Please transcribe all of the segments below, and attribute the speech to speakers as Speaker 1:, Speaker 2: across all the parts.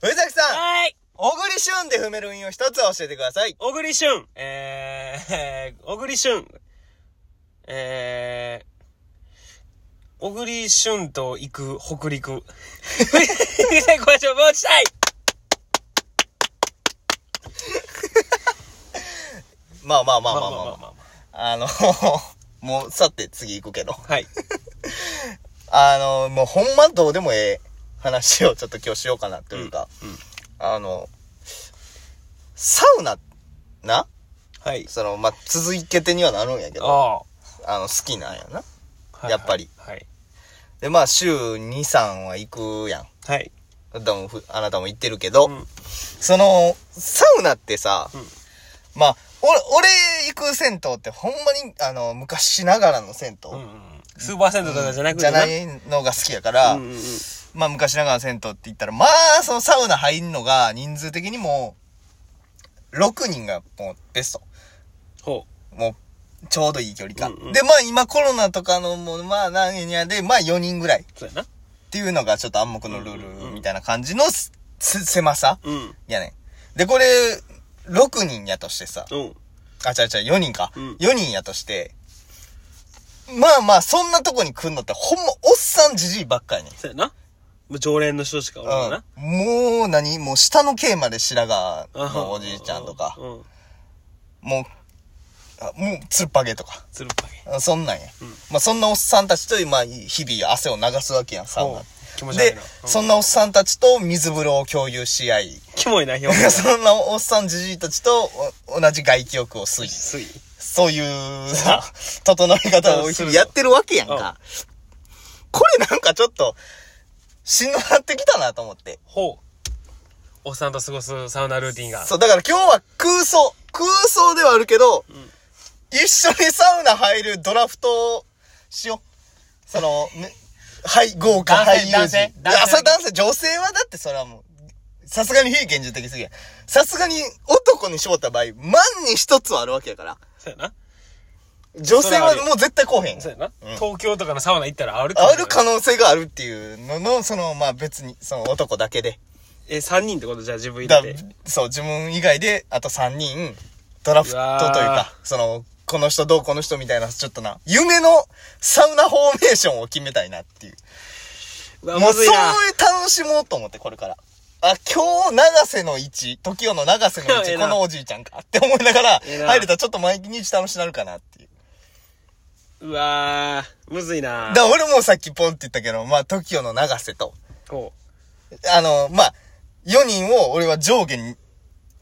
Speaker 1: 藤崎さん
Speaker 2: はーい。
Speaker 1: 小栗旬で踏める運用一つ教えてください。
Speaker 2: 小栗旬。えー、えー小栗旬。えー、小栗旬と行く北陸。藤崎小林を持ちたい
Speaker 1: まあまあまあまあまあま
Speaker 2: ま
Speaker 1: あ。あの、 もう、さて次行くけど。
Speaker 2: あ。はい。
Speaker 1: あの、もうほんまどうでもええ話をちょっと今日しようかなというか、
Speaker 2: うんうん
Speaker 1: あの、サウナ、な
Speaker 2: はい。
Speaker 1: その、まあ、続けてにはなるんやけど、
Speaker 2: あ
Speaker 1: あの、好きなんやな。
Speaker 2: あ。
Speaker 1: やっぱり。
Speaker 2: はい。
Speaker 1: で、まあ、週2、3は行くやん。
Speaker 2: はい。
Speaker 1: あなたもふ、あなたも行ってるけど、
Speaker 2: うん
Speaker 1: その、サウナってさ、
Speaker 2: うん
Speaker 1: まあ、俺、俺行く銭湯ってほんまに、あの、昔ながらの銭湯、
Speaker 2: うんうんうん。スーパーセントとかじゃなくて
Speaker 1: じゃないのが好きやから、
Speaker 2: うんうんうん。
Speaker 1: まあ昔ながらの銭湯って言ったら、まあそのサウナ入んのが人数的にも、6人がもうベスト。
Speaker 2: ほ
Speaker 1: もう、ちょうどいい距離感。
Speaker 2: うんうん
Speaker 1: で、まあ今コロナとかのもう、まあ何やで、まあ4人ぐらいっ
Speaker 2: う。そうやな。
Speaker 1: ていうのがちょっと暗黙のルールみたいな感じのす、す狭さ
Speaker 2: うん。
Speaker 1: やねん。で、これ、6人やとしてさ、
Speaker 2: うん。
Speaker 1: あ、違う違う、4人か。
Speaker 2: うん
Speaker 1: 4人やとして、まあまあ、そんなとこに来んのって、ほんま、おっさんじじいばっかりねん。
Speaker 2: そうやな。もう常連の人しかおらんわな。
Speaker 1: うんもう何もう下の系まで白髪のおじいちゃんとか
Speaker 2: う、ん。
Speaker 1: もう、あもう、つるっぱげとか、
Speaker 2: つるっぱげ。
Speaker 1: あそんなんや。
Speaker 2: うん
Speaker 1: まあ、そんなおっさんたちと、まあ、日々汗を流すわけやん、サウ
Speaker 2: ほ
Speaker 1: ナ
Speaker 2: う。気持ち悪い
Speaker 1: で
Speaker 2: な。、うん
Speaker 1: そんなおっさんたちと水風呂を共有し合い、。
Speaker 2: キモいな、表現
Speaker 1: そんなおっさんじじいたちとお同じ外気浴を吸い、
Speaker 2: すい。
Speaker 1: そう いうさ、整え方を日々やってるわけやんか。これなんかちょっと、しんどなってきたなと思って。
Speaker 2: ほう。おっさんと過ごすサウナルーティンが。
Speaker 1: そう、だから今日は空想。空想ではあるけど、
Speaker 2: ん
Speaker 1: 一緒にサウナ入るドラフトをしよう。その、ね、はい、豪華
Speaker 2: 男性
Speaker 1: 俳優陣。
Speaker 2: 男性
Speaker 1: いや
Speaker 2: 男性
Speaker 1: それ男性、女性はだってそれはもう、さすがに非現実的すぎや。さすがに男に絞った場合、万に一つはあるわけやから。
Speaker 2: そうやな。
Speaker 1: 女性は
Speaker 2: それはある
Speaker 1: もう絶対こうへん。
Speaker 2: そうやな。
Speaker 1: うん
Speaker 2: 東京とかのサウナ行ったらある
Speaker 1: ある可
Speaker 2: な。
Speaker 1: 能性があるっていうのの、その、まあ別に、その男だけで。
Speaker 2: え、3人ってことじゃあ自分入
Speaker 1: だ
Speaker 2: れて。
Speaker 1: そう、自分以外で、あと3人、ドラフトという
Speaker 2: う
Speaker 1: か
Speaker 2: わ、
Speaker 1: その、この人どうこの人みたいな、ちょっとな、夢のサウナフォーメーションを決めたいなっていう。
Speaker 2: うわ、
Speaker 1: もう
Speaker 2: む
Speaker 1: そう
Speaker 2: ず
Speaker 1: い
Speaker 2: いうな。
Speaker 1: 楽しもうと思って、これから。あ、今日、長瀬の位置、時代の長瀬の位
Speaker 2: え
Speaker 1: 置、
Speaker 2: え
Speaker 1: こ
Speaker 2: な
Speaker 1: のおじいちゃんかって思いながら、
Speaker 2: ええな
Speaker 1: 入れたらちょっと毎日楽しなるかなっていう。
Speaker 2: うわー、むずいな
Speaker 1: だ。から俺もさっきポンって言ったけど、まあ、時代の長瀬と、
Speaker 2: ほ
Speaker 1: あの、まあ、4人を俺は上下に、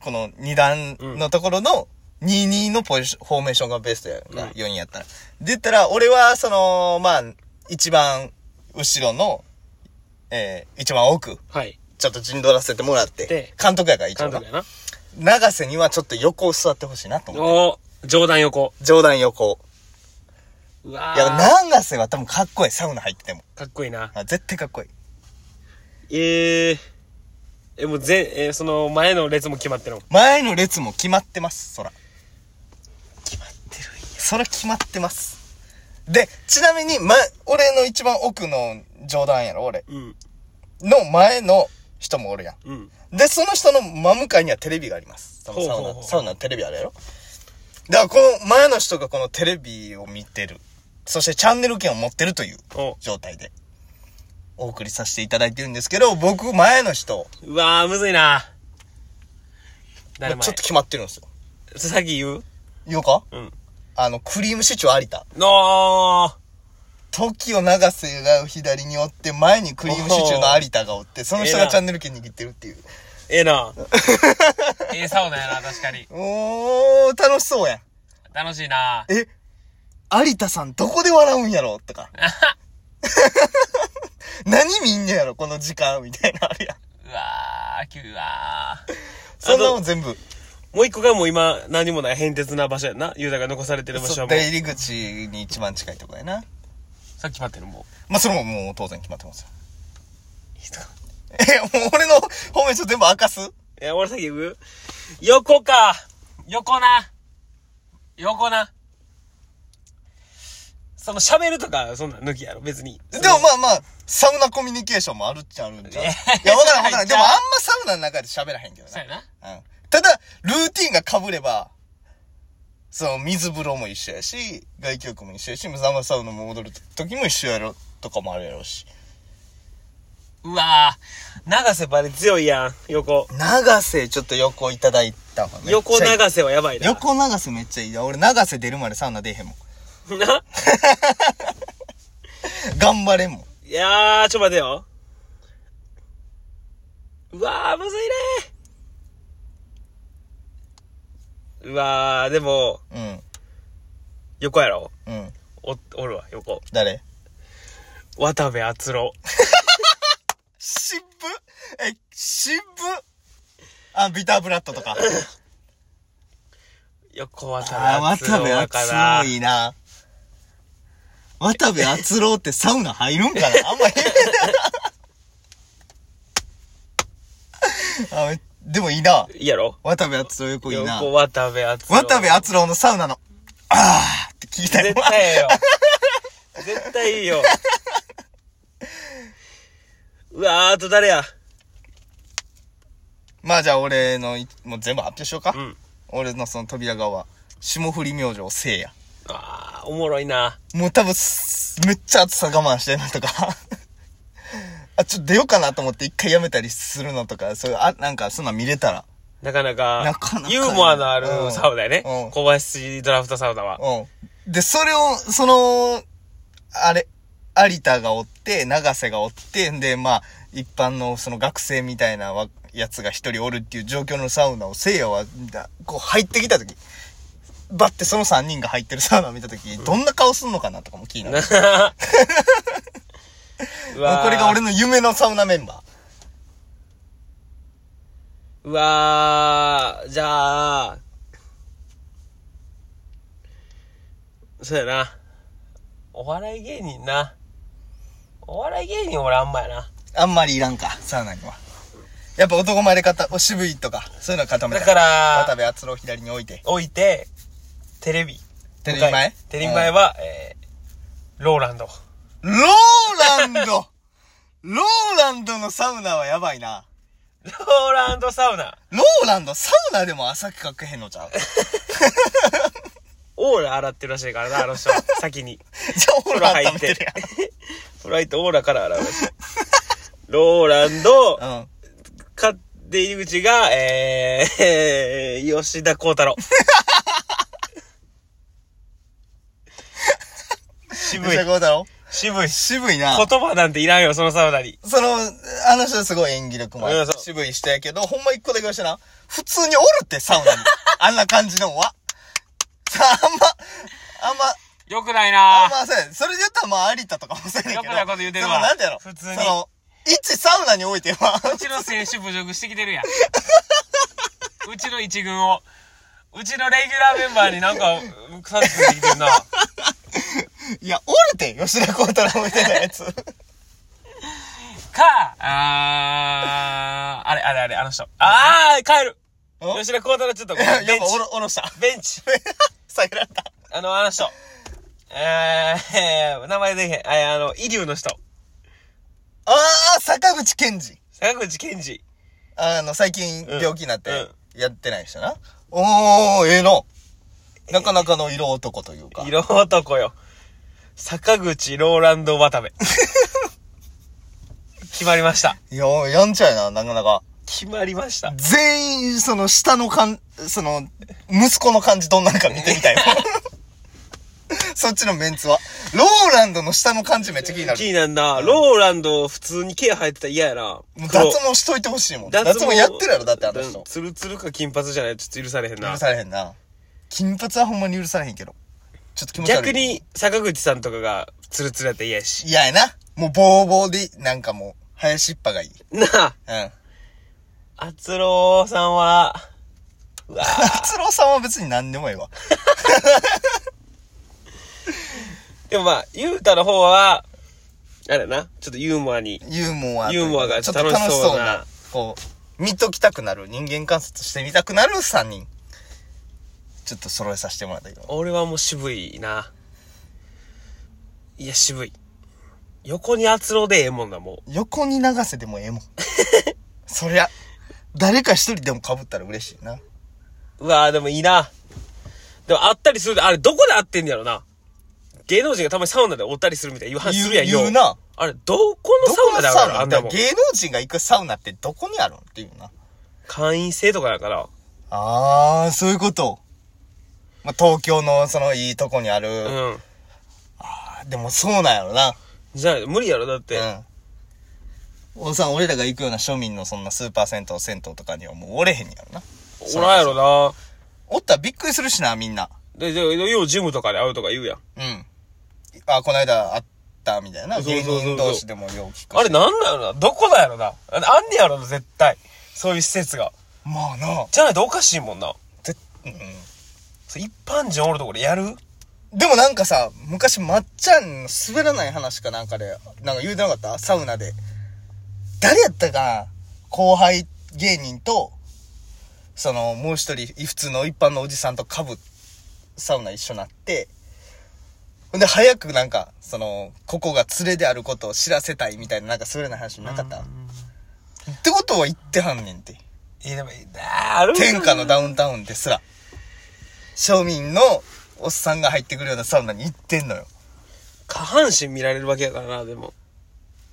Speaker 1: この2段のところの2-2のポジション、フォーメーションがベストや
Speaker 2: うん
Speaker 1: な、4人やったら。で言ったら、俺はその、まあ、一番後ろの、えー、一番奥、
Speaker 2: う。はい。
Speaker 1: ちょっと陣取らせてもらって
Speaker 2: で、
Speaker 1: 監督やから一応
Speaker 2: 監
Speaker 1: な
Speaker 2: 督。やな。
Speaker 1: 長瀬にはちょっと横を座ってほしいなと思う。
Speaker 2: おー、上段横。
Speaker 1: 上段横。
Speaker 2: うわ
Speaker 1: いや、
Speaker 2: ー。
Speaker 1: 長瀬は多分かっこいい。サウナ入ってても。
Speaker 2: かっこいいな。
Speaker 1: あ絶対かっこいい。
Speaker 2: えー。え、もう全、えー、その前の列も決まってるの。
Speaker 1: 前の列も決まってます、そら。
Speaker 2: 決まってるんや。
Speaker 1: それ決まってます。で、ちなみに、ま、俺の一番奥の冗談やろ、俺。
Speaker 2: うん。
Speaker 1: の前の人もおるや
Speaker 2: うん。
Speaker 1: ん。で、その人の真向かいにはテレビがあります。そのサウナ、
Speaker 2: ほうほうほう
Speaker 1: サウナのテレビあるやろ。だから、この前の人がこのテレビを見てる。そしてチャンネル権を持ってるという
Speaker 2: お
Speaker 1: 状態で、お送りさせていただいてるんですけど、僕、前の人、
Speaker 2: うわー、むずいな。
Speaker 1: まあ
Speaker 2: 誰前
Speaker 1: ちょっと決まってるんですよ。
Speaker 2: さっき言う
Speaker 1: 言おうか
Speaker 2: うん。
Speaker 1: あの、クリームシチュー有田。
Speaker 2: のー。
Speaker 1: 時を永瀬が左におって、前にクリームシチューの有田がおって、その人
Speaker 2: ええ
Speaker 1: が
Speaker 2: な
Speaker 1: チャンネル権握ってるっていう。
Speaker 2: ええな。 ええサウナやな、確かに。
Speaker 1: おー、楽しそうやん。
Speaker 2: 楽しいな。
Speaker 1: え、有田さんどこで笑うんやろとか。 何見んねやろこの時間みたいなあるやん。
Speaker 2: うわー、きゅうわー。
Speaker 1: そんなもん全部。
Speaker 2: もう一個がもう今、何もない変哲な場所やんな。ユーザが残されてる場所
Speaker 1: そ
Speaker 2: は
Speaker 1: う
Speaker 2: もう
Speaker 1: 出。入り口に一番近いとこやな。
Speaker 2: さっき決まってる、も
Speaker 1: まあ、それももう当然決まってますよ。
Speaker 2: う。いいっすか
Speaker 1: え、もう俺の 方面書全部明かす
Speaker 2: いや、俺さっき言う横か。横な。横な。その喋るとか、そんなん抜きやろ、別に。
Speaker 1: でもまあまあ、サウナコミュニケーションもあるっちゃあるんじゃん。い
Speaker 2: え
Speaker 1: や、わからんわからん。でもあんまサ体の中で喋らへんけど
Speaker 2: そうや
Speaker 1: な。
Speaker 2: な。
Speaker 1: うん。ただ、ルーティンが被れば、その水風呂も一緒やし、外気浴も一緒やし、サマサウナも戻る時も一緒やろ、とかもあるやろうし。
Speaker 2: うわぁ、長瀬バレ強いやん、横。
Speaker 1: 長瀬、ちょっと横いただいたわね。
Speaker 2: 横長瀬はやばいな。
Speaker 1: 横長瀬めっちゃいいな。俺長瀬出るまでサウナ出えへんもん。
Speaker 2: な
Speaker 1: 頑張れんもん。
Speaker 2: いやー、ちょ、待てよ。うわー、むずいねー。うわー、でも、
Speaker 1: うん。
Speaker 2: 横やろ
Speaker 1: うん。
Speaker 2: お、おるわ、横。
Speaker 1: 誰
Speaker 2: 渡部篤郎。
Speaker 1: 渋っえ、渋っあ、ビターブラッドとか。
Speaker 2: 横渡
Speaker 1: あ、
Speaker 2: 部
Speaker 1: 渡
Speaker 2: 篤郎
Speaker 1: 部
Speaker 2: だ
Speaker 1: 篤
Speaker 2: から
Speaker 1: 郎。いいな。渡部篤郎ってサウナ入るんかなあんまり。あめでもいいな。
Speaker 2: いいやろ
Speaker 1: 渡部篤郎よくいいな。
Speaker 2: 横渡部篤郎。
Speaker 1: 渡部篤郎のサウナの、あーって聞きたい。
Speaker 2: 絶対ええよ。絶対い いよ。うわー、あと誰や
Speaker 1: まあじゃあ俺のい、もう全部発表しようか。
Speaker 2: うん。
Speaker 1: 俺のその扉側は、霜降り明星聖夜。
Speaker 2: あー、おもろいな。
Speaker 1: もう多分す、めっちゃ暑さ我慢してるのとか。 あ、ちょっと出ようかなと思って一回やめたりするのとか、そういう、あ、なんかそんなん見れたら。
Speaker 2: なかなか、
Speaker 1: なかなかね
Speaker 2: ユーモアのある
Speaker 1: うん
Speaker 2: サウナやね。
Speaker 1: うん
Speaker 2: 小林ドラフトサウナは。
Speaker 1: うん。で、それを、その、あれ、有田がおって、長瀬がおって、んで、まあ、一般のその学生みたいなわやつが一人おるっていう状況のサウナを、せいやは、だこう入ってきたとき、バッてその三人が入ってるサウナを見たとき、どんな顔すんのかなとかも 気になる。
Speaker 2: う
Speaker 1: もう
Speaker 2: わー
Speaker 1: これが俺の夢のサウナメンバー。
Speaker 2: うわー、じゃあ、そうやな。お笑い芸人な。お笑い芸人俺あんまやな。
Speaker 1: あんまりいらんか、サウナには。やっぱ男前で固お渋いとか、そういうの固めたい
Speaker 2: だから
Speaker 1: 渡部篤郎を左に置いて。
Speaker 2: 置いて、テレビ。
Speaker 1: テレビ前
Speaker 2: テレビ前は、えー、ローランド。
Speaker 1: ローラン ドローランドのサウナはやばいな。
Speaker 2: ローランドサウナ。
Speaker 1: ローランド、サウナでも朝かけへんのちゃう じゃ
Speaker 2: オーラ洗ってるらしいからな、あの人。先に。
Speaker 1: あ、
Speaker 2: 風
Speaker 1: 俺
Speaker 2: 呂
Speaker 1: ら
Speaker 2: 入
Speaker 1: 温
Speaker 2: っ
Speaker 1: め
Speaker 2: て
Speaker 1: てる。
Speaker 2: 風呂入ってオーラから洗うらしい。ローランド、
Speaker 1: やん。うん。
Speaker 2: か、出入り口が、えー、えー 吉田幸太郎。渋い
Speaker 1: めっち。ゃこうだろ
Speaker 2: 渋い。
Speaker 1: 渋いな。
Speaker 2: 言葉なんていらんよ、そのサウナに。
Speaker 1: その、あの人すごい演技力もあ
Speaker 2: うん
Speaker 1: る
Speaker 2: そう。
Speaker 1: 渋い人やけど、ほんま一個だけ言わしてな。普通におるって、サ ウナに。あんな感じのは。さあ、あんま、あんま、
Speaker 2: よくない
Speaker 1: あ
Speaker 2: な
Speaker 1: まあ、そうやそれで言ったら、まあ、有田とかもそうやねんけど。
Speaker 2: よくないこと言うてるわ
Speaker 1: でもなんてやろ。
Speaker 2: 普通に
Speaker 1: その、一サウナにおいては、
Speaker 2: うちの選手侮辱してきてるやん。うちの一軍を。うちのレギュラーメンバーになんか、腐ってきてるな。
Speaker 1: いや、おるて、吉田幸太郎みたいなや つ。
Speaker 2: か、あー、あれあれあれ、あの人。あー、帰る
Speaker 1: お
Speaker 2: 吉田幸太郎ちょっと、
Speaker 1: やっ
Speaker 2: ベン
Speaker 1: ぱ、
Speaker 2: チ
Speaker 1: お。ろ、おろした。
Speaker 2: ベンチ。
Speaker 1: 下げられた。
Speaker 2: あの、あの人。えー、えー名 前でへん。えーあの、イリュウの人。
Speaker 1: あー、坂口健二。
Speaker 2: 坂口健二。
Speaker 1: あの、最近、病気になっ
Speaker 2: うん
Speaker 1: て、やってない人な。おー、ええの。なかなかの色男というか。
Speaker 2: 色男よ。坂口ローランド渡 部。決まりました。
Speaker 1: いや、やんちゃやな、なかなか。
Speaker 2: 決まりました。
Speaker 1: 全員、その、下のかん、その、息子の感じどんなんか見てみたいもん。 そっちのメンツは。ローランドの下の感じめっちゃ気になる
Speaker 2: キ。ーなんだ。ローランド普通に毛生えてたら嫌やな。
Speaker 1: もう
Speaker 2: 黒
Speaker 1: 脱毛しといてほしいもん。脱毛やってるやろ、だってあの
Speaker 2: うん
Speaker 1: 人。
Speaker 2: ツルツルか金髪じゃないちょっと許されへんな
Speaker 1: 許。されへんな。金髪はほんまに許されへんけど。ちょっと気持ち悪い。
Speaker 2: 逆。に坂口さんとかがツルツルやったら嫌やし。
Speaker 1: 嫌やな。もうボーボーで、なんかもう、林っぱがいい。
Speaker 2: なあ、
Speaker 1: うん。
Speaker 2: あつろーさんは、うわー
Speaker 1: 達郎さんは別に何でもええわ。
Speaker 2: でもまあ、ゆうたの方は、あれな、ちょっとユーモアに。
Speaker 1: ユーモアという
Speaker 2: ユ
Speaker 1: か。
Speaker 2: ーモアが
Speaker 1: ちょっと楽しそうな
Speaker 2: 楽。
Speaker 1: こう、見ときたくなる。人間観察してみたくなる3人。ちょっと揃えさせてもらったけど。
Speaker 2: 俺はもう渋いな。いや、渋い。横にあつろでええもんな、も
Speaker 1: 横に流せでもええもん。そりゃ、誰か一人でも被ったら嬉しいな。
Speaker 2: うわーでもいいな。でも会ったりするで、あれどこで会ってんねやろな。芸能人がたまにサウナでおったりするみたいな言わんするやん
Speaker 1: 言う
Speaker 2: よ。
Speaker 1: 言うな。
Speaker 2: あれ、どこ
Speaker 1: ど
Speaker 2: のサ
Speaker 1: こ
Speaker 2: ウナ
Speaker 1: の
Speaker 2: だ
Speaker 1: サウ
Speaker 2: ろう
Speaker 1: ナ
Speaker 2: な、あ
Speaker 1: あ
Speaker 2: ん
Speaker 1: ん
Speaker 2: た
Speaker 1: た
Speaker 2: も
Speaker 1: 芸。能人が行くサウナってどこにあるんっていうな。
Speaker 2: 会員制とかだから。
Speaker 1: あー、そういうこと。まあ、東京のそのいいとこにある。
Speaker 2: うん。
Speaker 1: でもそうなんやろな。
Speaker 2: じゃあ、無理やろ、だって。
Speaker 1: うん。おさん、俺らが行くような庶民のそんなスーパー銭湯、銭湯とかにはもうおれへんやろな。
Speaker 2: おらんやろな。
Speaker 1: おったらびっくりするしな、みんな。
Speaker 2: で、で、でようジムとかで会うとか言うやん。
Speaker 1: うん。あ、この間あった、みたいな。
Speaker 2: そうそう
Speaker 1: 芸
Speaker 2: そうそう
Speaker 1: 人同士でもよう聞くし
Speaker 2: あれなんなんやろなどこだやろなああんねやろな、絶対。そういう施設が。
Speaker 1: まあな。
Speaker 2: じゃないとおかしいもんな。
Speaker 1: ぜうん。
Speaker 2: それ一般人おるところでやる
Speaker 1: でもなんかさ、昔、まっちゃんの滑らない話かなんかで、なんか言うてなかったサウナで。誰やったかな後輩芸人と、その、もう一人、普通の一般のおじさんとかぶ、サウナ一緒になって、ほんで、早くなんか、その、ここが連れであることを知らせたいみたいな、なんか滑らない話なかった、ってことは言ってはんねんて。
Speaker 2: いや、でも、あーある
Speaker 1: 天下のダウンタウンですら、庶民のおっさんが入ってくるようなサウナに行ってんのよ。
Speaker 2: 下半身見られるわけやからな、でも。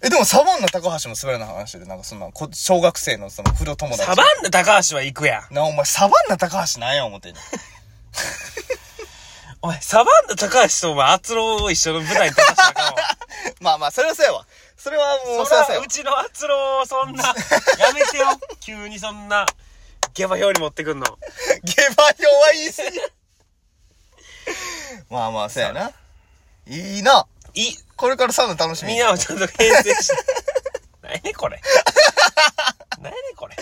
Speaker 1: え、でもサバンナ高橋も滑らない話で、なんかそんな、こ小学生のその、風呂友達。
Speaker 2: サバンナ高橋は行くやん。
Speaker 1: な、お前サバンナ高橋なんや思ってんの。
Speaker 2: お前、サバンナ高橋とお前、アツロを一緒の舞台に立たしたかも。
Speaker 1: まあまあ、それはそうやわ。それはもう、 そ
Speaker 2: そ
Speaker 1: れ
Speaker 2: ら
Speaker 1: はそうやわ
Speaker 2: う。ちのアツロをそんな、やめ てよ。急にそんな、下馬評に持ってくんの。
Speaker 1: 下馬評は言い過ぎ。 まあまあ、そうやな。いいな。
Speaker 2: い、
Speaker 1: これからサウナ楽しみ
Speaker 2: み
Speaker 1: に
Speaker 2: んなをちゃんと編成して。何やねんこれ。何やねんこれ。